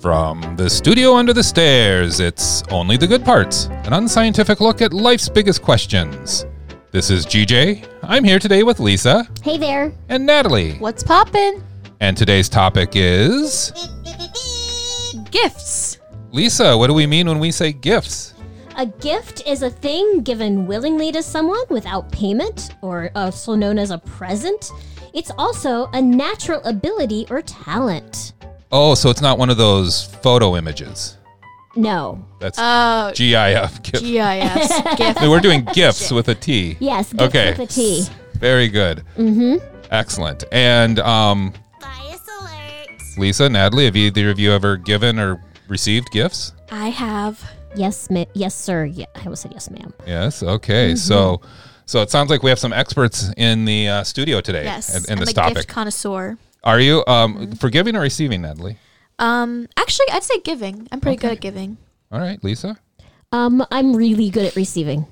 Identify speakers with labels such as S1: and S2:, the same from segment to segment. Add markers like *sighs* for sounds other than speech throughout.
S1: From the studio under the stairs, it's Only the Good Parts, an unscientific look at life's biggest questions. This is GJ. I'm here today with Lisa
S2: Hey there.
S1: and Natalie.
S3: What's poppin'?
S1: And today's topic is
S3: Gifts.
S1: Lisa, what do we mean when we say gifts?
S2: A gift is a thing given willingly to someone without payment, or also known as a present. It's also a natural ability or talent.
S1: Oh, so it's not one of those photo images.
S2: No.
S1: That's
S3: Uh,
S1: GIF. Gift.
S3: GIS. gift.
S1: No, We're doing gifts with a T.
S2: Yes, gift
S1: Okay.
S2: with a T.
S1: Very good. Mm-hmm. Excellent. And um,
S2: Bias alert.
S1: Lisa, Natalie, have either of you ever given or received gifts?
S3: *laughs* I have.
S2: Yes, ma- yes, sir. Yeah, I almost said yes, ma'am.
S1: Yes. Okay.
S3: Mm-hmm.
S1: So, so it sounds like we have some experts in the uh, studio today
S3: Yes.
S1: in, in
S3: I'm
S1: this
S3: a
S1: topic.
S3: gift Mm-hmm. connoisseur.
S1: Are you um, for giving or receiving, Natalie?
S3: Um, actually, I'd say giving. I'm pretty good at giving.
S1: All right,
S3: *laughs*
S1: Lisa.
S2: Um, I'm really good at receiving.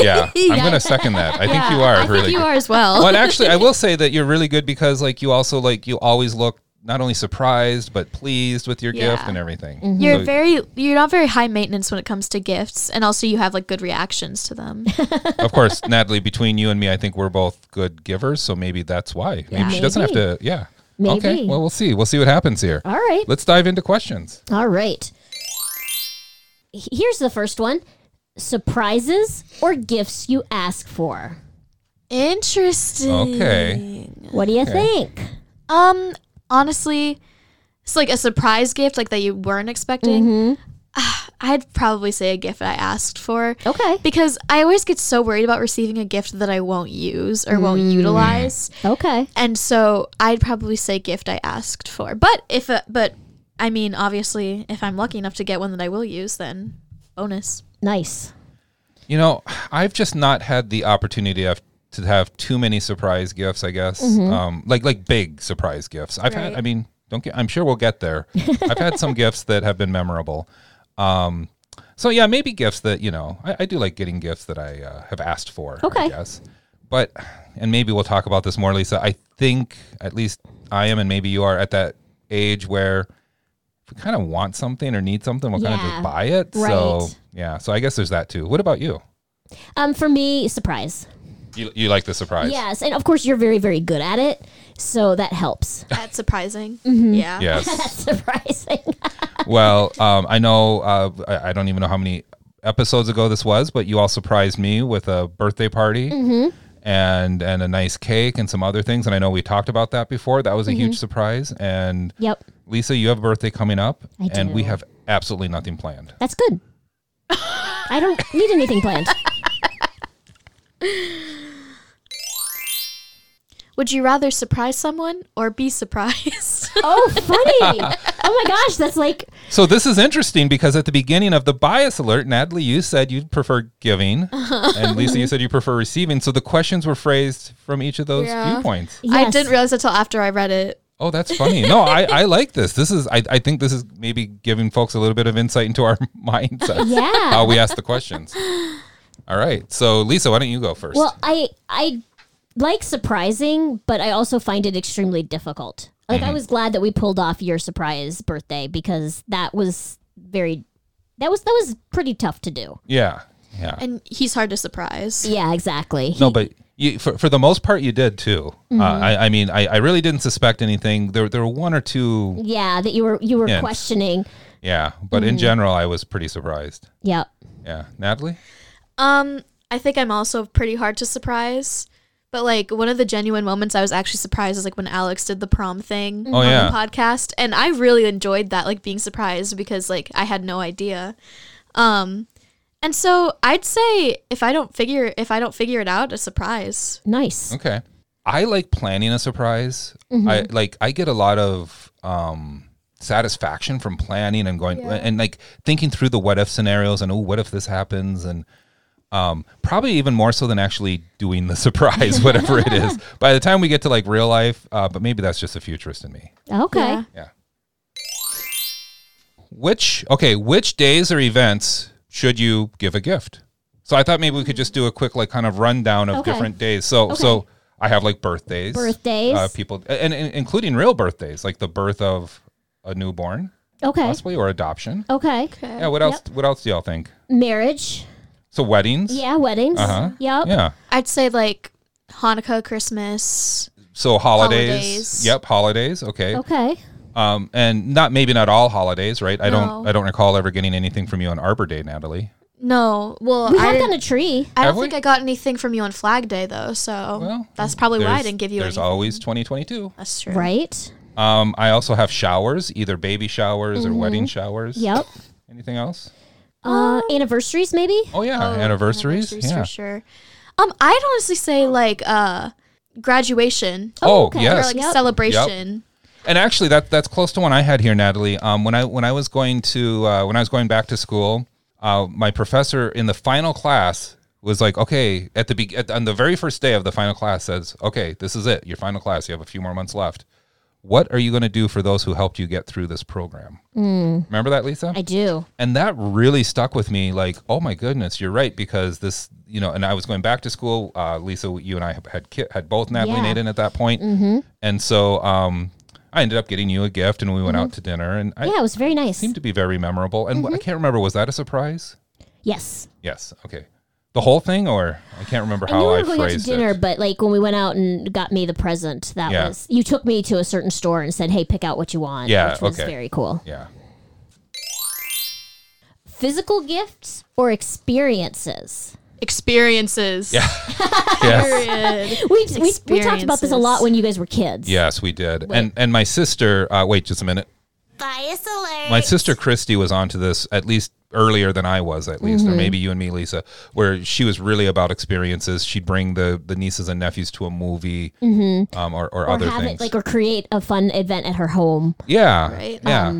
S1: Yeah, I'm going to second that. I think you are
S3: I
S1: really.
S3: think you
S1: good.
S3: are as well.
S1: Well, and actually,
S3: *laughs*
S1: I will say that you're really good because, like, you also like you always look not only surprised but pleased with your gift
S3: Yeah. Mm-hmm.
S1: and everything.
S3: You're
S1: So-
S3: very. You're not very high maintenance when it comes to gifts, and also you have like good reactions to them. *laughs*
S1: of course, Natalie. Between you and me, I think we're both good givers, so maybe that's why. Maybe she doesn't have to. Yeah. Okay.
S2: Maybe.
S1: Well, we'll see. We'll see what happens here.
S2: All right.
S1: Let's dive into questions.
S2: All right. H- Here's the first one surprises or gifts you ask for.
S3: Interesting.
S1: Okay.
S2: What do you think?
S1: Oh.
S3: Um, honestly, it's like a surprise gift, like that you weren't expecting. *sighs* I'd probably say a gift I asked for.
S2: Okay.
S3: Because I always get so worried about receiving a gift that I won't use or won't utilize.
S2: Okay.
S3: And so I'd probably say gift I asked for. But if uh, but I mean obviously if I'm lucky enough to get one that I will use then bonus.
S2: Nice.
S1: You know, I've just not had the opportunity of, to have too many surprise gifts. I guess,
S2: Mm-hmm.
S1: um, like like big surprise gifts. I've had.
S3: Right.
S1: I mean, don't get. I'm sure we'll get
S2: *laughs*
S1: there. I've had some gifts that have been memorable. Um, so yeah, maybe gifts that you know. I, I do like getting gifts that I uh, have asked for. I
S2: Okay.
S1: guess. But and maybe we'll talk about this more, Lisa. I think at least I am, and maybe you are at that age where if we kind of want something or need something, we'll kind of
S2: Yeah.
S1: just buy it. So
S2: Right.
S1: yeah. So I guess there's that too. What about you?
S2: Um, for me, surprise.
S1: You, you like the surprise?
S2: Yes, and of course you're very, very good at it, so that helps. *laughs*
S3: That's surprising. Yeah.
S1: Yes.
S2: That's *laughs* surprising.
S1: well, um, I know. Uh, I, I don't even know how many episodes ago this was, but you all surprised me with a birthday party
S2: Mm-hmm.
S1: and and a nice cake and some other things. And I know we talked about that before. That was a
S2: Mm-hmm.
S1: huge surprise. And
S2: yep,
S1: Lisa, you have a birthday coming up,
S2: I
S1: and we
S2: do.
S1: have absolutely nothing planned.
S2: that's *laughs* good. I don't need anything planned.
S3: Would you rather surprise someone or be surprised? *laughs*
S2: Oh, funny! Oh my gosh, that's like
S1: So this is interesting because at the beginning of the bias alert, Natalie, you said you prefer
S2: *laughs*
S1: giving, and Lisa, you said you prefer receiving. So the questions were phrased from each of those
S3: Yeah.
S1: viewpoints.
S3: I
S2: yes.
S3: didn't realize until after I read it.
S1: Oh, that's funny. No, I, I like this. This is I, I think this is maybe giving folks a little bit of insight into our *laughs* mindset.
S2: Yeah.
S1: How we ask the questions. All right. So Lisa, why don't you go first?
S2: Well, I I like surprising, but I also find it extremely difficult. Like I was glad that we pulled off your surprise birthday because that was very that was that was pretty tough to do.
S1: yeah. Yeah.
S3: And he's hard to surprise.
S2: Yeah, exactly.
S1: No, but you, for for the most part, you did too.
S2: Mm-hmm.
S1: Uh, I I mean, I, I really didn't suspect anything. There there were one or two.
S2: yeah, that you were you were
S1: Yeah.
S2: questioning.
S1: Yeah, but
S2: Mm-hmm.
S1: in general, I was pretty surprised.
S2: Yep.
S1: Yeah, Natalie.
S3: Um, I think I'm also pretty hard to surprise. But like one of the genuine moments I was actually surprised is like when Alex did the prom thing on
S1: Oh, yeah.
S3: the podcast. And I really enjoyed that, like being surprised because like I had no idea. Um and so I'd say if I don't figure if I don't figure it out, a surprise.
S2: Nice.
S1: Okay. I like planning a surprise. I like I get a lot of um satisfaction from planning and going and like thinking through the what if scenarios and oh what if this happens and um probably even more so than actually doing the *laughs* surprise whatever it is. By the time we get to like real life, uh but maybe that's just a futurist in me.
S2: Okay.
S3: Yeah.
S1: Yeah. Which okay, which days or events should you give a gift? So I thought maybe we could just do a quick like kind of rundown of
S2: Okay.
S1: different days. So so I have like birthdays,
S2: Birthdays.
S1: uh, people, and, and including real birthdays, like the birth of a newborn.
S2: Okay.
S1: possibly, or adoption.
S2: Okay.
S3: Okay.
S1: Yeah. What else? What else do y'all think?
S2: Marriage.
S1: So weddings.
S2: Yeah. Weddings.
S1: Uh-huh.
S2: Yep.
S1: Yeah.
S3: I'd say like Hanukkah, Christmas.
S1: So holidays.
S3: Holidays.
S1: Yep. Holidays. Okay.
S2: Okay.
S1: Um, and not maybe not all holidays, right? I don't.
S3: No.
S1: I don't recall ever getting anything from you on Arbor Day, Natalie.
S3: No, well,
S2: We
S3: I
S2: have
S3: didn't,
S2: done a tree.
S3: I
S1: Have
S3: don't
S1: we?
S3: think I got anything from you on Flag Day though, so
S1: Well,
S3: that's probably why I
S1: There's-
S3: didn't give you
S1: There's
S3: anything.
S1: always 2022.
S3: that's true.
S2: Right.
S1: Um, I also have showers, either baby showers or
S3: Mm-hmm.
S1: wedding showers.
S2: Yep.
S1: Anything else?
S2: Uh, anniversaries, maybe.
S1: Oh yeah,
S3: Oh,
S1: anniversaries. Yeah.
S3: for sure. Um, I'd honestly say like uh, graduation
S1: Oh,
S2: okay.
S3: or
S1: yes.
S3: like
S2: Yep.
S3: celebration.
S1: And actually, that that's close to one I had here, Natalie. Um, when I when I was going to uh, when I was going back to school, uh, my professor in the final class was like, "Okay, at the be- at, on the very first day of the final class, says, okay, this is it, your final class. You have a few more months left. What are you going to do for those who helped you get through this program?
S3: Mm.
S1: Remember that, Lisa?
S2: I do.
S1: and that really stuck with me like oh my goodness you're right because this you know and i was going back to school uh, lisa you and i had ki- had both natalie
S2: Yeah. Mm-hmm.
S1: and aiden at that point and so um, i ended up getting you a gift and we went
S2: Mm-hmm.
S1: out to dinner and i
S2: Yeah, it was very nice.
S1: seemed to be very memorable and wh-
S2: Mm-hmm.
S1: i can't remember was that a surprise
S2: yes.
S1: yes okay the whole thing or i can't remember
S2: I knew
S1: how
S2: we
S1: i,
S2: were going out to
S1: phrased
S2: dinner,
S1: it
S2: but like when we went out and got me the present, that
S1: Yeah.
S2: was you took me to a certain store and said, "Hey, pick out what you want."
S1: Yeah,
S2: which was
S1: okay.
S2: very cool.
S1: yeah
S2: Physical gifts or experiences.
S3: Experiences. Yeah.
S1: yes
S3: *laughs* Period.
S2: We, we we talked about this a lot when you guys were kids.
S1: yes we did and and my sister uh, wait just a minute
S2: Bias alert.
S1: my sister Christy was onto this at least earlier than I was, at least, or maybe you and me, Lisa, where she was really about experiences. She'd bring the the nieces and nephews to a movie, um, or, or,
S2: or
S1: other
S2: have
S1: things.
S2: it like or create a fun event at her home
S1: yeah,
S3: Right.
S1: yeah,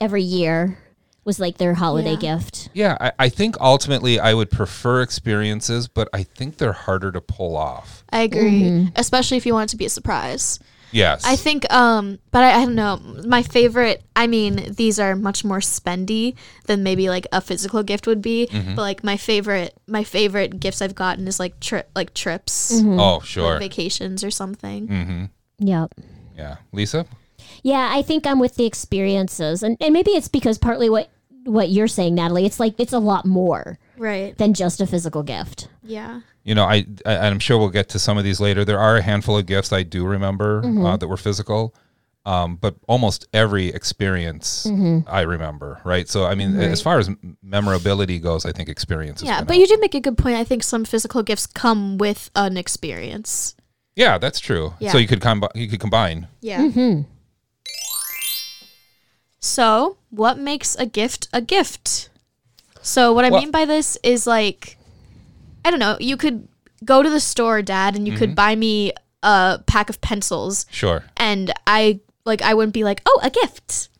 S2: every year was like their holiday
S3: Yeah.
S2: gift.
S1: yeah. I, I think ultimately I would prefer experiences, but I think they're harder to pull off.
S3: I agree, especially if you want it to be a surprise.
S1: Yes,
S3: I think, um, but I, I don't know. My favorite, I mean, these are much more spendy than maybe like a physical gift would be.
S1: Mm-hmm.
S3: But like my favorite, my favorite gifts I've gotten is like trip, like trips,
S1: Oh,
S3: like
S1: sure. Mm.
S3: vacations or something.
S2: Yep.
S1: Yeah, Lisa.
S2: Yeah, I think I'm with the experiences, and and maybe it's because partly what what you're saying, Natalie. It's like it's a lot more
S3: Right.
S2: than just a physical gift.
S3: Yeah.
S1: you know, I, I and I'm sure we'll get to some of these later. There are a handful of gifts I do remember
S3: Mm-hmm.
S1: uh, that were physical, um, but almost every experience
S3: Mm-hmm.
S1: I remember, right? So, I mean, as far as m- memorability goes, I think experience. is
S3: Yeah,
S1: gonna-
S3: but you did make a good point. I think some physical gifts come with an experience.
S1: yeah, that's true.
S3: Yeah.
S1: So you could combine. You could combine.
S3: Yeah.
S1: Mm-hmm.
S3: So, what makes a gift a gift? So, what I
S1: Well-
S3: mean by this is like, I don't know, you could go to the store, Dad, and you could
S1: Mm-hmm.
S3: buy me a pack of pencils,
S1: Sure.
S3: and I like I wouldn't be like, oh, a
S1: *laughs*
S3: gift.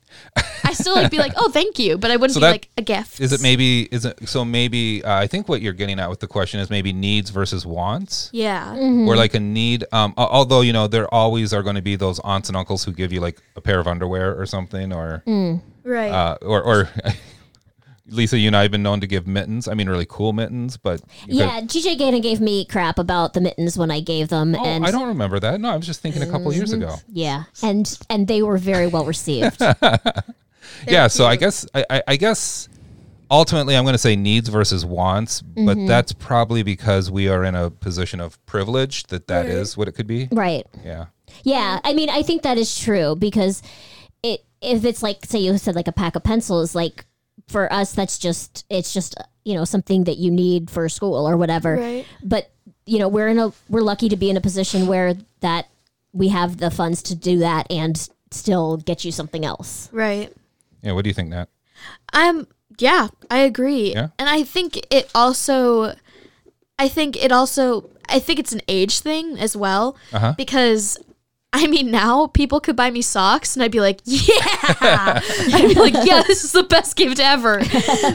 S3: I still would be like, oh, thank you, but I wouldn't
S1: So
S3: be
S1: that-
S3: like a gift.
S1: Is it maybe? Is it so? Maybe uh, I think what you're getting at with the question is maybe needs versus wants.
S3: Yeah.
S1: Or like a need, um, al- although you know there always are going to be those aunts and uncles who give you like a pair of underwear or something, or
S3: Right.
S1: uh, or, or *laughs* Lisa, you and I have been known to give mittens. I mean, really cool mittens, but you
S2: Yeah, GJ Gannon gave me crap about the mittens when I gave them,
S1: could-
S2: and Mm-hmm.
S1: oh, I don't remember that. No, I was just thinking a couple years ago.
S2: yeah, and and they were very
S1: *laughs*
S2: well received.
S1: yeah, so I guess I, I, I guess ultimately I'm going to say needs versus wants, but
S2: Mm-hmm.
S1: that's probably because we are in a position of privilege that that is what it could be.
S2: right.
S1: Yeah,
S2: Yeah, I mean, I think that is true because it if it's like say you said like a pack of pencils, like for us that's just it's just you know something that you need for school or whatever.
S3: Right.
S2: But you know we're in a we're lucky to be in a position where that we have the funds to do that and s- still get you something else.
S3: right.
S1: yeah. What do you think, Nat?
S3: Um yeah, I agree.
S1: Yeah?
S3: And I think it also I think it also I think it's an age thing as well
S1: Uh-huh.
S3: because I mean now people could buy me socks and I'd be like, *laughs* "Yeah." I'd be like, "Yeah, this is the best
S1: *laughs*
S3: gift ever."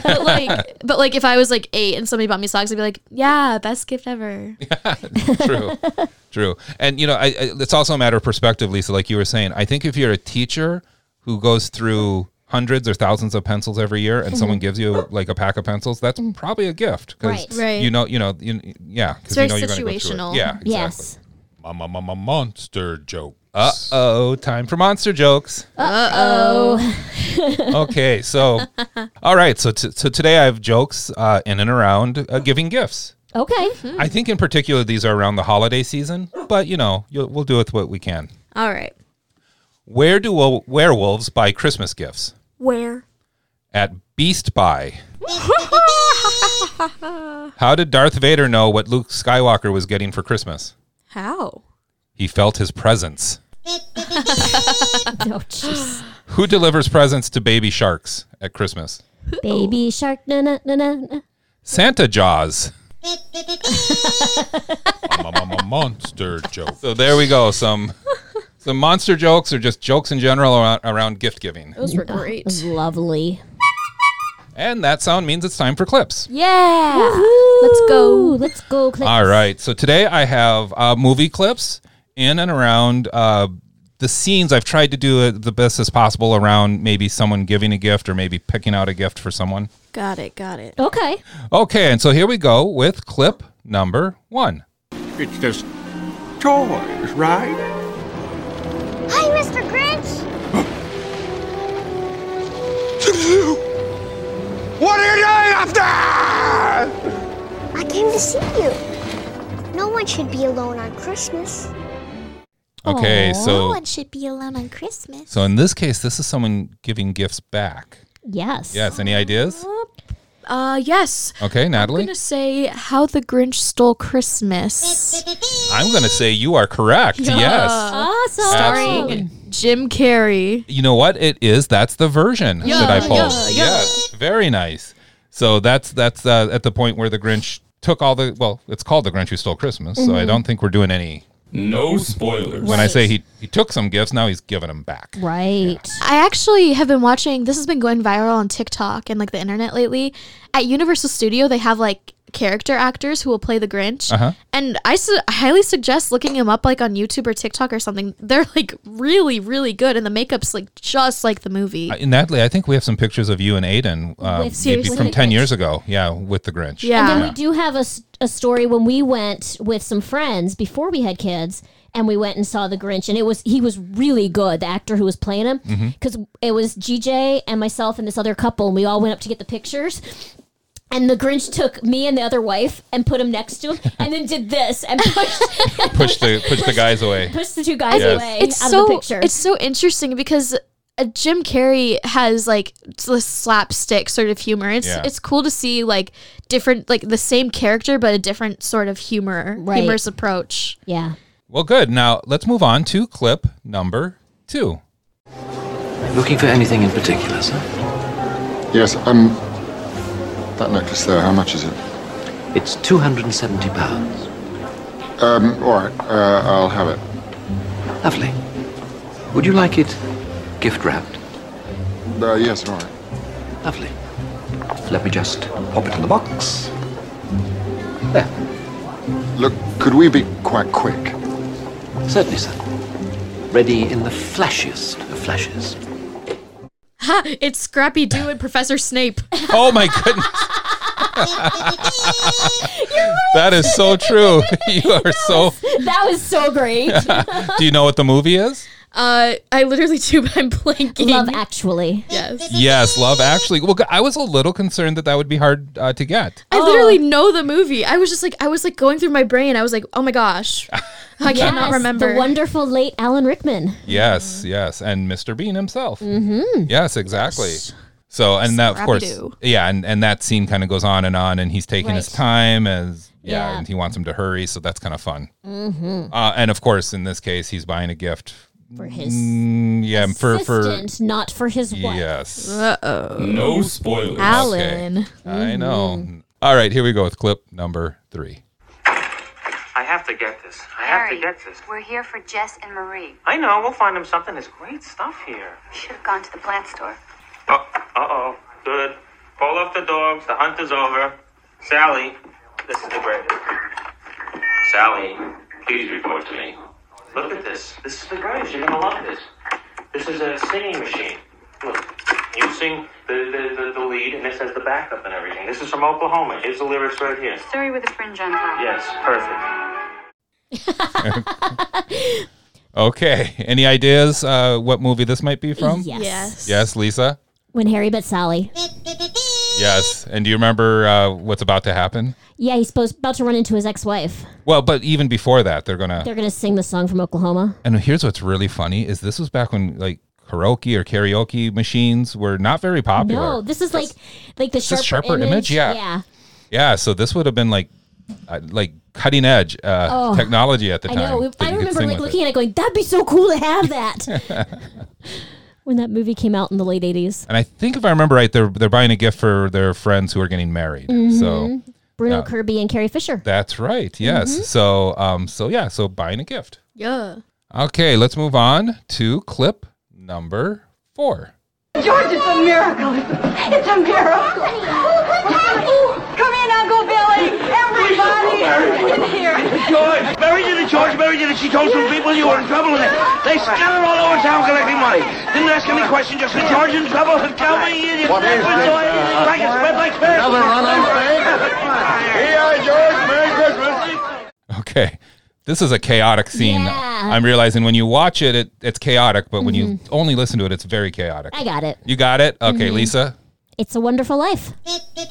S3: but like but like if I was like 8 and somebody bought me socks, I'd be like, "Yeah, best gift ever." *laughs*
S1: True. True. And you know, I, I, it's also a matter of perspective, Lisa. Like you were saying, I think if you're a teacher who goes through hundreds or thousands of pencils every year, and someone gives you like a pack of pencils, that's probably a gift because
S2: Right.
S3: Mm-hmm. Right.
S1: you know, you know, you, yeah, because
S3: very
S1: you know you're going to go through it.
S3: situational.
S1: Yeah, exactly.
S2: Yes.
S1: Mama, mama, monster joke. Uh oh, time for monster jokes.
S3: Uh
S2: Oh,
S1: *laughs* Okay, so, all right, so t- so today I have jokes uh, in and around uh, giving gifts.
S2: okay. *laughs*
S3: Mm-hmm.
S1: I
S3: Mm.
S1: think in particular these are around the holiday season, but you know you'll, we'll do with what we can.
S3: All right.
S1: Where do wo- werewolves buy Christmas gifts?
S3: Where?
S1: At Beast Buy. How did Darth Vader know what Luke Skywalker was getting for Christmas?
S3: How?
S1: He felt his presence.
S2: Oh,
S3: *gasps*
S2: jeez.
S1: Who delivers presents to baby sharks at Christmas?
S2: Baby shark, na na na na. na.
S1: Santa Jaws. I'm a- I'm a monster joke. So there we go. Some some monster jokes or just jokes in general around, around gift giving.
S3: Those were
S2: It was lovely.
S1: And that sound means it's time for clips.
S3: Yeah.
S2: Let's
S3: go.
S2: Let's go. Click.
S1: All right. So today I have uh, movie clips in and around uh, the scenes. I've tried to do it the best as possible around maybe someone giving a gift or maybe picking out a gift for someone.
S3: Got it. Got it.
S2: Okay.
S1: Okay. And so here we go with clip number one.
S4: It's just toys, right?
S5: Hi, Mr. Grinch.
S4: *gasps* What are you doing up there?
S5: I came to see you. No one should be alone on Christmas.
S1: Okay.
S2: Aw.
S1: So.
S5: should be alone on Christmas.
S1: So in this case, this is someone giving gifts back.
S2: Yes.
S1: Yes. Any ideas?
S3: Uh, yes.
S1: Okay,
S3: I'm
S1: Natalie.
S3: gonna say how the Grinch stole
S1: *laughs*
S3: Christmas.
S1: I'm going to say you are correct. Yes.
S2: Awesome.
S1: Absolutely.
S3: Jim Carrey.
S1: You know what? It is. That's the version
S3: Yeah,
S1: that I pulled.
S3: yeah, yeah.
S1: Yes. Very nice. So that's that's uh, at the point where the Grinch took all the. Well, it's called the Grinch Who Stole Christmas. So
S3: Mm-hmm.
S1: I don't think we're doing any.
S6: No spoilers.
S1: When I say he he took some gifts, now he's giving them back.
S2: Right.
S3: I actually have been watching. This has been going viral on TikTok and like the internet lately. At Universal Studio, they have like character actors who will play the Grinch,
S1: Uh-huh.
S3: and I su- I highly suggest looking them up like on YouTube or TikTok or something. They're like really, really good, and the makeup's like just like the movie.
S1: Uh, Natalie, I think we have some pictures of you and Aiden uh,
S2: With-
S1: maybe
S3: Seriously?
S1: from
S2: With the
S1: ten
S2: Grinch.
S1: years ago. Yeah, with the Grinch.
S3: yeah.
S2: And then we do have a, s- a story when we went with some friends before we had kids and we went and saw the Grinch and it was he was really good the actor who was playing him
S3: Mm-hmm.
S2: because it was GJ and myself and this other couple and we all went up to get the pictures and the Grinch took me and the other wife and put him next
S3: *laughs*
S2: to him and then did this and pushed,
S1: Push the push the guys away.
S2: pushed the two guys
S1: Yes.
S2: away
S3: it's
S2: out
S3: so
S2: of the picture.
S3: it's so interesting because uh, Jim Carrey has like this slapstick sort of humor. It's
S1: Yeah.
S3: it's cool to see like different like the same character but a different sort of humor
S2: Right.
S3: humorous approach.
S2: yeah.
S1: Well, good. Now let's move on to clip number two.
S7: Looking for anything in particular, sir?
S8: Yes, um, that necklace there, how much is it?
S7: It's 270 pounds.
S8: Um, all right, uh, I'll have it.
S7: Lovely. Would you like it gift wrapped?
S8: Uh, yes, all right.
S7: Lovely. Let me just pop it in the box. There.
S8: Look, could we be quite quick?
S7: Certainly, sir. Ready in the flashiest of flashes.
S3: Ha! It's Scrappy Doo and Professor Snape.
S1: Oh my goodness. That is so true. *laughs* You are so.
S2: That was so
S3: *laughs*
S2: great.
S1: Do you know what the movie is?
S3: Uh, I literally do. but I'm blanking.
S2: Love actually.
S3: yes,
S1: Yes, Love Actually. Well, I was a little concerned that that would be hard uh, to get.
S3: I literally know the movie. I was just like I was like going through my brain. I was like, oh my gosh, I cannot
S2: Yes,
S3: remember.
S2: the wonderful late Alan Rickman.
S1: Yes, yes, and Mr. Bean himself. Mm-hmm. Yes, exactly. So, and that of course,
S3: Scrappy-Doo.
S1: yeah, and, and that scene kind of goes on and on, and he's taking his
S2: Right.
S1: time as yeah,
S2: Yeah.
S1: and he wants him to hurry, so that's kind of fun. Mm-hmm. Uh, and of course, in this case, he's buying a gift.
S2: for his
S1: Mm, yeah, for for
S2: assistant, not for his wife.
S1: yes,
S6: no spoilers.
S3: Alan.
S2: Mm-hmm.
S1: I know. All right, here we go with clip number three.
S9: I have to get this. I have
S10: Harry,
S9: to get this.
S10: we're here for Jess and Marie.
S9: I know. We'll find him something. There's great stuff here.
S10: We should have gone to the plant store.
S9: Uh oh. Good. Call off the dogs. The hunt is over. Sally, this is the greatest. Sally, please report to me. Look at this. This is the greatest. You're gonna love this. This is a singing machine. Look, you sing the, the, the, the lead, and this has the backup and everything. This is from Oklahoma. Here's the lyrics right here.
S10: Surrey with a fringe on top.
S9: Yes, perfect.
S1: Okay. *laughs* Any ideas uh, what movie this might be from?
S2: Yes.
S3: Yes.
S1: Yes, Lisa?
S2: When Harry met Sally.
S1: Yes. And do you remember uh, what's about to happen?
S2: Yeah, he's supposed about to run into his ex-wife.
S1: Well, but even before that, they're going to.
S2: They're gonna sing the song from Oklahoma.
S1: And here's what's really funny is this was back when like karaoke or karaoke machines were not very popular.
S2: No, this is like like the
S1: This
S2: sharper,
S1: is sharper image, yeah.
S2: Yeah.
S1: Yeah, so this would have been like uh, like cutting edge uh,
S2: Oh,
S1: technology at the
S2: I
S1: time.
S2: know.
S1: that
S2: I
S1: you could
S2: remember
S1: sing with
S2: like
S1: it.
S2: looking at it going, that'd be so cool to
S1: *laughs*
S2: have that. when that movie came out in the late 80s.
S1: And I think if I remember right, they're they're buying a gift for their friends who are getting married. So
S2: Bruno
S1: Yeah.
S2: Kirby and Carrie Fisher.
S1: that's right. Yes. So um so yeah, so buying a gift.
S3: Yeah.
S1: Okay, let's move on to clip number four.
S11: George, it's a miracle. It's a miracle. Come in, Uncle Billy. Everybody in here.
S4: George, Mary did it, George, Mary did it. She told some people you were in trouble with it. They scattered all over town collecting money. Didn't ask any question, just said George in trouble. Tell me, idiot.
S12: What is this?
S4: Like it spread like spread.
S12: Another run on
S4: fame?
S12: G.I. George, Merry Christmas.
S1: Okay. This is a chaotic scene.
S2: Yeah.
S1: I'm realizing when you watch it, it it's chaotic, but when you only listen to it, it's very chaotic.
S2: I got it.
S1: You got it? Okay,
S2: Mhm.
S1: Lisa.
S2: It's a Wonderful Life.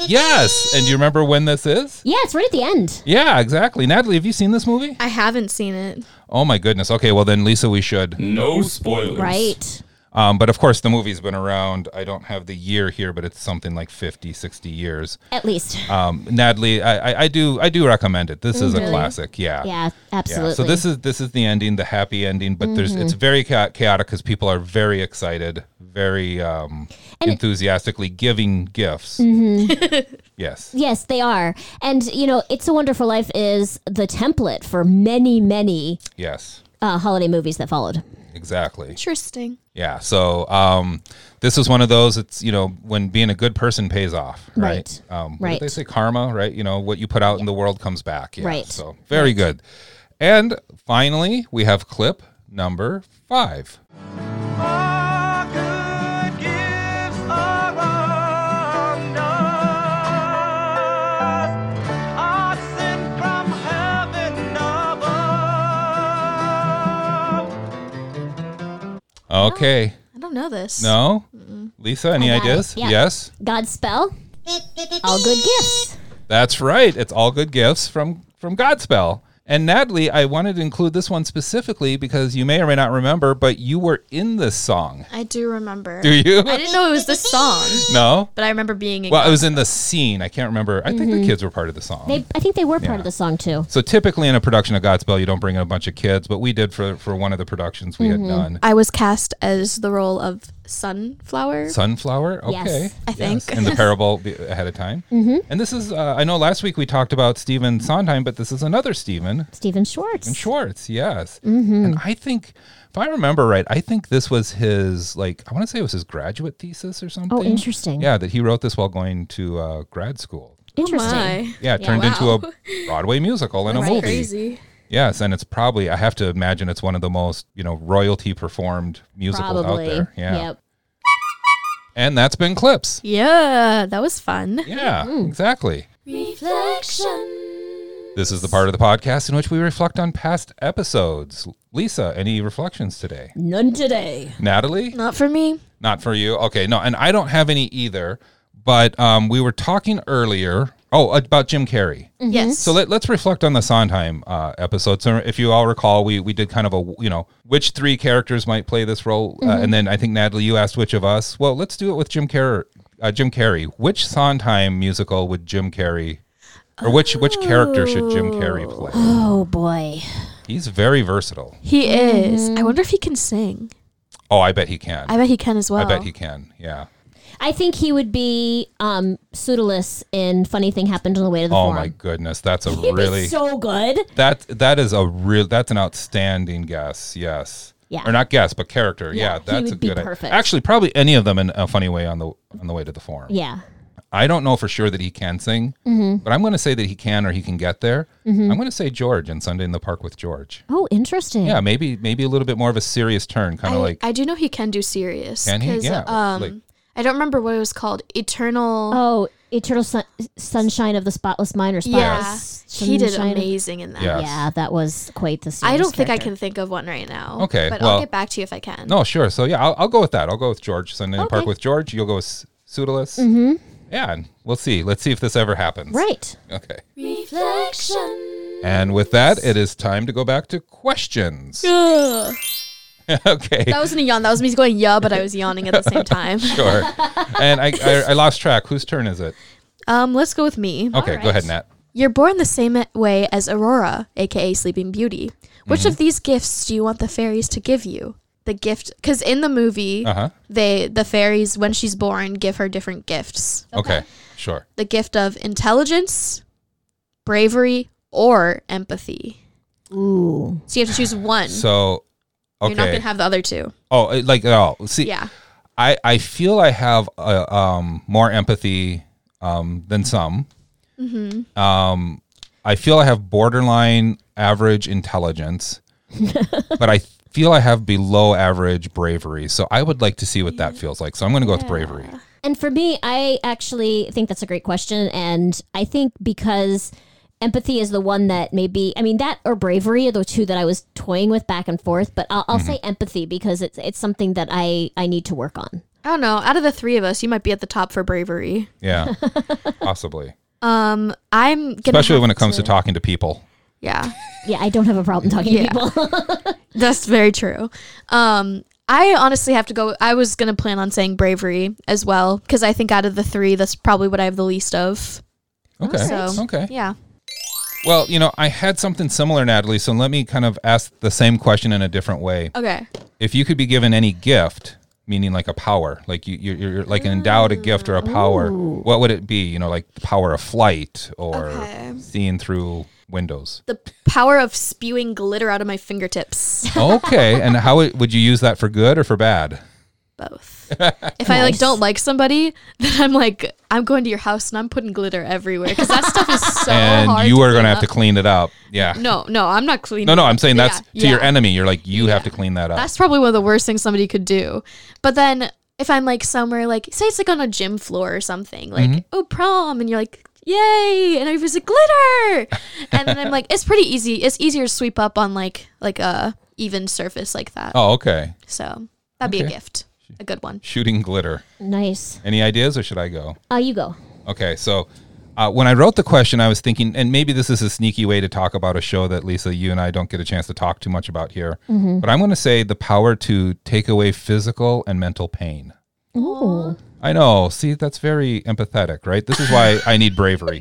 S1: Yes. And do you remember when this is?
S2: Yeah, it's right at the end.
S1: Yeah, exactly. Natalie, have you seen this movie?
S3: I haven't seen it.
S1: Oh my goodness. Okay, well then Lisa, we should.
S6: No spoilers.
S2: Right.
S1: Um, but of course, the movie's been around. I don't have the year here, but it's something like 50, 60 years.
S2: At least.
S1: Um, Natalie, I, I, I do I do recommend it. This is a
S2: Really?
S1: classic. Yeah.
S2: Yeah,
S1: Yeah. So
S2: absolutely.
S1: this is this is the ending, the happy ending, but there's
S2: Mhm.
S1: it's very cha- chaotic because people are very excited, very um,
S2: And it-
S1: enthusiastically giving gifts.
S2: Mhm.
S1: Yes.
S2: Yes, they are. And, you know, It's a Wonderful Life is the template for many, many
S1: Yes.
S2: uh, holiday movies that followed.
S1: Exactly.
S3: Interesting.
S1: Yeah. So um, this is one of those. It's you know when being a good person pays off, right? Um, what did
S2: Right.
S1: they say karma, right? You know what you put out in the world comes back. Yeah.
S2: Right.
S1: So very good. And finally, we have clip number five.
S2: Oh.
S1: Okay.
S3: I don't know this.
S1: No. Lisa, any
S2: I got
S1: ideas?
S2: it. Yeah.
S1: Yes.
S2: God's spell. All good gifts.
S1: That's right. It's all good gifts from from Godspell. And Natalie, I wanted to include this one specifically because you may or may not remember, but you were in this song. *laughs*
S3: I do remember.
S1: Do you?
S3: I didn't know it was this song,
S1: No.
S3: but I remember being in
S1: Well, it was in the scene. I can't remember. I think the
S3: Mm-hmm.
S2: Mhm.
S1: kids were part of the song.
S2: They, I think they were part of the song, too.
S1: so typically in a production of Godspell, you don't bring in a bunch of kids, but we did for for one of the productions we
S3: Mhm.
S1: had done.
S3: I was cast as the role of Sunflower.
S1: Sunflower.
S3: Yes,
S1: Okay.
S3: I think. Mm-hmm.
S1: in
S3: *laughs*
S1: the parable be- ahead of time.
S2: Mhm.
S1: And this is uh, I know last week we talked about Stephen Sondheim, but this is another Stephen.
S2: Stephen Schwartz.
S1: Stephen Schwartz. Yes.
S3: Mm-hmm.
S2: Mhm.
S1: And I think if I remember right, I think this was his like I want to say it was his graduate thesis
S3: Oh,
S1: or something.
S2: Oh, interesting.
S1: Yeah, that he wrote this while going to uh, grad school.
S3: Oh,
S2: Interesting.
S1: Yeah, it turned
S3: Wow. *laughs*
S1: into a Broadway musical and a movie.
S3: Crazy.
S1: Yes, and it's probably I have to imagine it's one of the most, you know, royalty performed musicals
S3: Probably.
S1: out there. Yeah.
S3: Yep.
S1: And that's been clips.
S3: Yeah, that was fun.
S1: Yeah,
S3: Mm-hmm.
S1: exactly.
S3: Reflection.
S1: This is the part of the podcast in which we reflect on past episodes. Lisa, any reflections today?
S2: None today.
S3: Mm-hmm.
S1: Natalie?
S3: Not for me.
S1: Not for you. Okay, no, and I don't have any either. But um, we were talking earlier. Oh, about Jim Carrey.
S3: Mhm. Yes.
S1: So let, let's reflect on the Sondheim uh, episode. So if you all recall, we we did kind of a you know which three characters might play this role, uh,
S2: Mhm.
S1: and then I think Natalie, you asked which of us. Well, let's do it with Jim Carrey. Uh, Jim Carrey. Which Sondheim musical would Jim Carrey, or which which character should Jim Carrey play?
S2: Oh, boy.
S1: He's very versatile.
S3: He is. I wonder if he can sing.
S1: Oh, I bet he can.
S3: I bet he can as well.
S1: I bet he can. Yeah.
S2: I think he would be um, Pseudolus in Funny Thing Happened on the Way to the
S1: Oh
S2: Forum.
S1: my goodness, that's
S2: *laughs*
S1: a
S2: He'd
S1: really
S2: be so good.
S1: That that is a real that's an outstanding guess. Yes.
S2: Yeah.
S1: Or not guess, but character.
S2: Yeah,
S1: Yeah,
S2: he
S1: that's
S2: would
S1: a
S2: be
S1: good i-
S2: perfect.
S1: Actually, probably any of them in a funny way on the on the way to the forum.
S2: Yeah.
S1: I don't know for sure that he can sing,
S2: Mhm.
S1: but I'm going to say that he can or he can get there.
S2: Mhm.
S1: I'm going to say George in Sunday in the Park with George.
S2: Oh, interesting.
S1: Yeah, maybe maybe a little bit more of a serious turn, kind
S3: I,
S1: of like
S3: I do know he can do serious.
S1: Can he?
S3: 'cause,
S1: Yeah,
S3: Um,
S1: like-
S3: I don't remember what it was called. Eternal.
S2: Oh, Eternal Sun- Sunshine of the Spotless Mind or Spotless.
S3: Yeah. He did
S2: Sunshine of-
S3: amazing in that.
S1: Yes.
S2: Yeah, that was quite the.
S3: I don't
S2: serious
S3: think I
S2: character.
S3: can think of one right now.
S1: Okay,
S3: But
S1: well-
S3: I'll get back to you if I can.
S1: No, sure. So yeah, I'll, I'll go with that. I'll go with George. Sunday in the Park
S3: Okay.
S1: with George. You'll go with Pseudolus.
S2: Mhm.
S1: Yeah, and we'll see. Let's see if this ever happens.
S2: Right.
S1: Okay.
S2: Reflection.
S1: And with that, it is time to go back to questions.
S3: Ugh.
S1: *laughs* okay.
S3: That wasn't a yawn. That was me going, yeah, but I was yawning at
S1: *laughs*
S3: the same time.
S1: sure. And I, I I lost track. Whose turn is it?
S3: Um, let's go with me.
S1: Okay, go ahead, Nat.
S3: You're born the same way as Aurora, aka Sleeping Beauty. Which
S1: Mhm.
S3: of these gifts do you want the fairies to give you? The gift, because in the movie,
S1: Uh-huh.
S3: they the fairies when she's born give her different gifts.
S1: Okay. Sure.
S3: The gift of intelligence, bravery, or empathy.
S2: Ooh.
S3: So you have to choose one.
S1: So okay.
S3: You're not gonna have the other two.
S1: oh, it- like oh, see.
S3: yeah.
S1: I I feel I have uh, um more empathy um than some.
S3: Mm-hmm.
S1: Um, I feel I have borderline average *laughs* intelligence, but I feel I have below average bravery. So I would like to see what that feels like. So I'm going to go with bravery.
S2: And for me, I actually think that's a great question. And I think because empathy is the one that maybe, I mean, that or bravery are the two that I was toying with back and forth. But I'll, I'll say empathy because it's it's something that I, I need to work on.
S3: I don't know. Out of the three of us, you might be at the top for bravery.
S1: Yeah, *laughs* possibly,
S3: Um, I'm gonna
S1: especially
S3: have
S1: when it comes to talking to people.
S3: Yeah.
S2: Yeah, I don't have a problem talking
S3: Yeah.
S2: to people.
S3: *laughs* That's very true. Um, I honestly have to go. I was gonna plan on saying bravery as well because I think out of the three, that's probably what I have the least of.
S1: Okay.
S3: So
S1: Okay.
S3: yeah,
S1: Well, you know, I had something similar, Natalie. So let me kind of ask the same question in a different way.
S3: okay,
S1: If you could be given any gift, meaning like a power, like you, you're, you're like endowed a
S3: Mm.
S1: gift or a power, what would it be? You know, like the power of flight or
S3: Okay.
S1: seeing through windows.
S3: the power of spewing glitter out of my fingertips. *laughs*
S1: okay, and how it- would you use that for good or for bad?
S3: Both. If I like don't like somebody, then I'm like, I'm going to your house and I'm putting glitter everywhere because that stuff is so Oh, hard.
S1: and you are going
S3: clean
S1: to have to
S3: up.
S1: clean it up. Yeah.
S3: No, no, I'm not cleaning.
S1: No, no,
S3: it
S1: I'm
S3: up.
S1: saying that's
S3: Yeah,
S1: to your
S3: yeah.
S1: enemy. You're like you have to clean that up.
S3: That's probably one of the worst things somebody could do. But then if I'm like somewhere like say it's like on a gym floor or something, like,
S1: Mhm.
S3: oh prom and you're like, Yay! And I was like, glitter and then I'm like, it's pretty easy. It's easier to sweep up on like like a even surface like that.
S1: oh, okay.
S3: So that'd be a
S1: Okay.
S3: gift. A good one.
S1: Shooting glitter.
S2: nice.
S1: Any ideas, or should I go?
S2: Uh, you go.
S1: Okay, so uh, when I wrote the question, I was thinking, and maybe this is a sneaky way to talk about a show that Lisa, you and I don't get a chance to talk too much about here.
S2: Mhm.
S1: But I'm going to say the power to take away physical and mental pain.
S2: Ooh.
S1: I know. See, that's very empathetic, right? This is why I need bravery.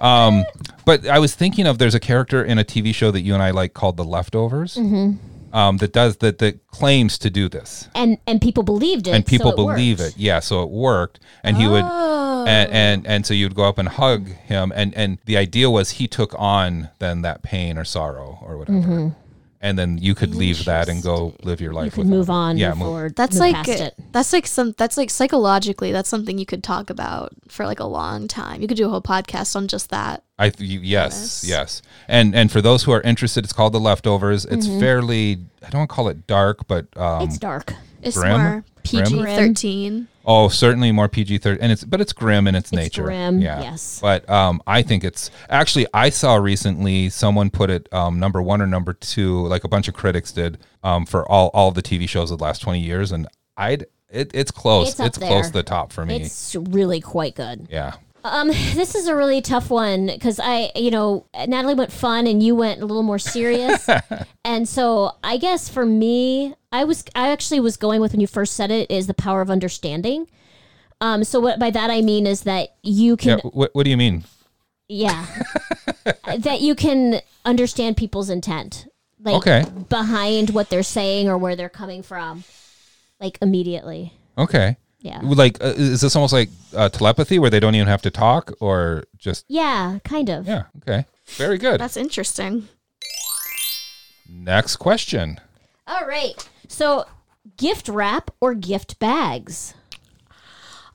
S1: Um, but I was thinking of there's a character in a TV show that you and I like called The Leftovers
S2: hmm
S1: um, that does that that claims to do this,
S2: And and people believed it.
S1: and
S2: so
S1: people
S2: it
S1: believe
S2: worked. Oh.
S1: it. Yeah, so it worked, and he would and, and and so you'd go up and hug him and and the idea was he took on then that pain or sorrow or whatever
S2: Mhm.
S1: and then you could leave that and go live your life
S2: You
S1: with
S2: could move
S1: him.
S2: on,
S1: yeah
S2: move forward.
S3: That's
S2: move
S3: like
S2: past it.
S3: that's like some that's like psychologically that's something you could talk about for like a long time. You could do a whole podcast on just that.
S1: i th- you, yes, yes and and for those who are interested it's called the leftovers it's
S2: Mhm.
S1: fairly i don't call it dark but um
S2: it's dark.
S3: It's
S1: Grim?
S3: more
S1: Grim?
S3: PG thirteen.
S1: Oh, certainly more PG thirteen, and it's but it's grim in its, nature.
S2: grim, yes.
S1: But um, I think it's actually I saw recently someone put it um, number one or number two, like a bunch of critics did um, for all all the TV shows of the last twenty years, and I'd it, it's close,
S2: It's
S1: it's,
S2: up
S1: close to
S2: there.
S1: the top for me.
S2: It's really quite good.
S1: yeah,
S2: Um, *sighs* this is a really tough one because I, you know, Natalie went fun and you went a little more serious, and so I guess for me, I was, I actually was going with when you first said it is the power of understanding. Um, so what by that I mean is that you
S1: yeah.
S2: can,
S1: What, what do you mean?
S2: yeah, that you can understand people's intent, like
S1: Okay.
S2: behind what they're saying or where they're coming from, like immediately.
S1: Okay,
S2: Yeah.
S1: Like, uh, is this almost like uh, telepathy where they don't even have to talk, or just
S2: Yeah, kind of.
S1: yeah? Okay, very good.
S3: That's interesting.
S1: Next question.
S2: All right. So, gift wrap or gift bags?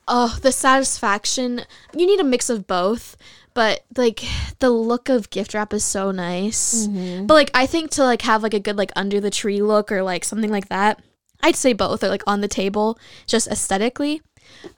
S3: Oh, the satisfaction. You need a mix of both, but like the look of gift wrap is so nice. But like I think to like have like a good like under the tree look or like something like that, I'd say both or like on the table, just aesthetically.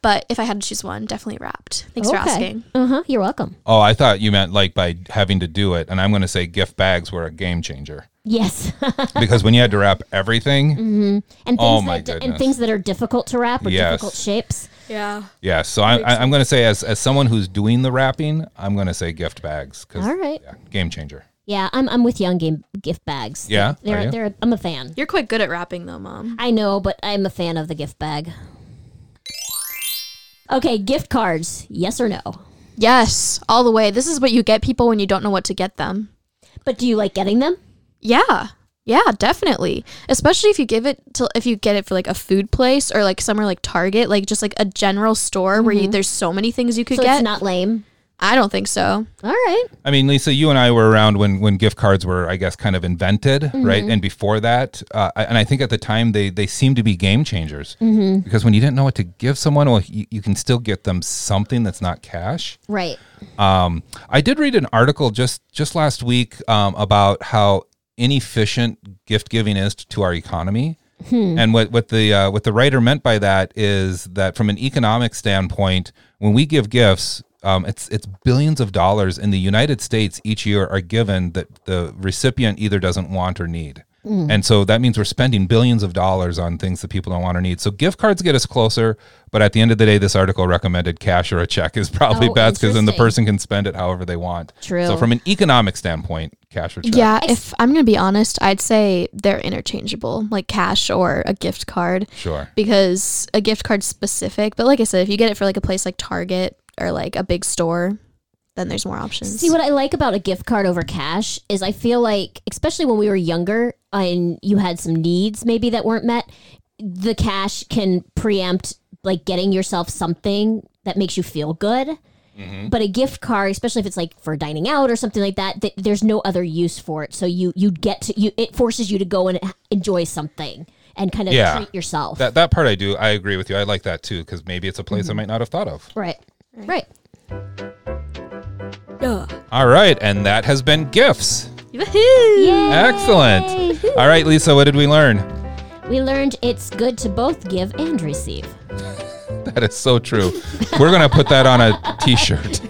S3: But if I had to choose one, definitely wrapped. Thanks for
S2: Okay.
S3: asking.
S2: Uh-huh. You're welcome.
S1: Oh, I thought you meant like by having to do it. And I'm going to say gift bags were a game
S2: *laughs*
S1: changer
S2: Yes.
S1: because when you had to wrap everything,
S2: hmm And things
S1: Oh my
S2: that, and
S1: goodness.
S2: things that are difficult to wrap or
S1: Yes.
S2: difficult shapes.
S3: Yeah.
S1: yeah. So I, I, I'm going to say, as, as someone who's doing the wrapping, I'm going to say gift bags because
S2: All right. Yeah.
S1: game changer.
S2: I'm I'm with you on game gift bags.
S1: Yeah?
S2: They're
S1: Are you?
S2: they're I'm a fan.
S3: You're quite good at wrapping though, mom.
S2: I know, but I'm a fan of the gift bag. Okay, gift cards. Yes or no?
S3: Yes, all the way. This is what you get people when you don't know what to get them.
S2: But do you like getting them?
S3: Yeah. Yeah, definitely. Especially if you give it to if you get it for like a food place or like somewhere like Target, like just like a general store where you, there's Mm-hmm. so many things you could
S2: So it's
S3: get.
S2: not lame.
S3: I don't think so.
S2: All right.
S1: I mean, Lisa, you and I were around when, when gift cards were, I guess, kind of invented, right?
S2: Mhm.
S1: And before that, uh, I- and I think at the time they they seemed to be game changers
S2: Mhm.
S1: because when you didn't know what to give someone, well, you, you can still get them something that's not cash.
S2: Right.
S1: Um, I did read an article just just last week um, about how inefficient gift giving is to our economy.
S13: Hmm.
S1: And what what the uh, what the writer meant by that is that from an economic standpoint, when we give gifts, um, it's it's billions of dollars in the United States each year are given that the recipient either doesn't want or need.
S13: Hmm.
S1: And so that means we're spending billions of dollars on things that people don't want or need. So gift cards get us closer, but at the end of the day, this article recommended cash or a check is probably
S2: Oh,
S1: best because then the person
S2: interesting.
S1: can spend it however they want.
S2: True.
S1: So from an economic standpoint, cash or check.
S3: Yeah, if I'm going to be honest, I'd say they're interchangeable, like cash or a gift card.
S1: Sure.
S3: Because a gift card's specific, but like I said, if you get it for like a place like Target or like a big store, then there's more options.
S2: See, what I like about a gift card over cash is I feel like, especially when we were younger and you had some needs maybe that weren't met, the cash can preempt like getting yourself something that makes you feel good.
S1: Mm-hmm.
S2: But a gift card, especially if it's like for dining out or something like that, th- there's no other use for it. So you you get to you it forces you to go and enjoy something and kind of
S1: Yeah.
S2: treat yourself.
S1: That that part I do. I agree with you. I like that too because maybe it's a place I
S2: Mhm.
S1: might not have thought of.
S2: right. Right.
S1: All right, and that has been gifts. Excellent.
S2: Yay.
S1: All right, Lisa, what did we learn?
S2: We learned it's good to both give and receive.
S1: That is so true. We're gonna put that on a
S2: *laughs*
S1: T-shirt.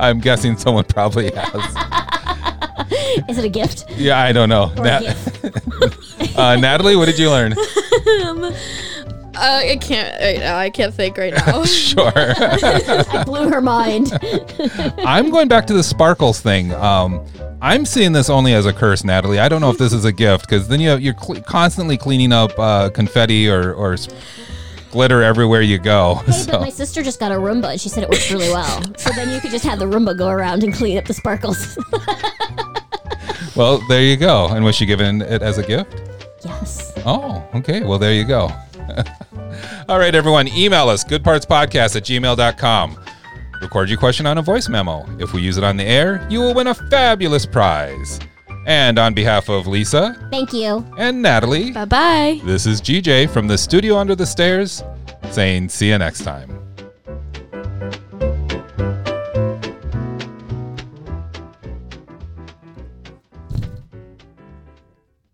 S1: I'm guessing someone probably has.
S2: Is it a gift?
S1: Yeah, I don't know.
S2: Or
S1: Nat- *laughs* uh, Natalie, what did you learn?
S3: um, uh, I can't. Right now, I can't think right *laughs* now.
S1: sure.
S2: I blew her mind.
S1: I'm going back to the sparkles thing. Um, I'm seeing this only as a curse, Natalie. I don't know if this is a gift because then you have, you're cl- constantly cleaning up uh, confetti or or s- glitter everywhere you go. *laughs*
S2: Hey,
S1: so
S2: but my sister just got a Roomba and she said it works really well. So then you could just have the Roomba go around and clean up the sparkles. *laughs*
S1: well, there you go. And was she given it as a gift?
S2: yes.
S1: Oh, okay. Well, there you go. *laughs* All right, everyone. Email us goodpartspodcast at gmail.com. Record your question on a voice memo. If we use it on the air, you will win a fabulous prize. And on behalf of Lisa
S2: Thank you.
S1: and Natalie,
S3: Bye bye.
S1: This is GJ from the studio under the stairs saying see you next time.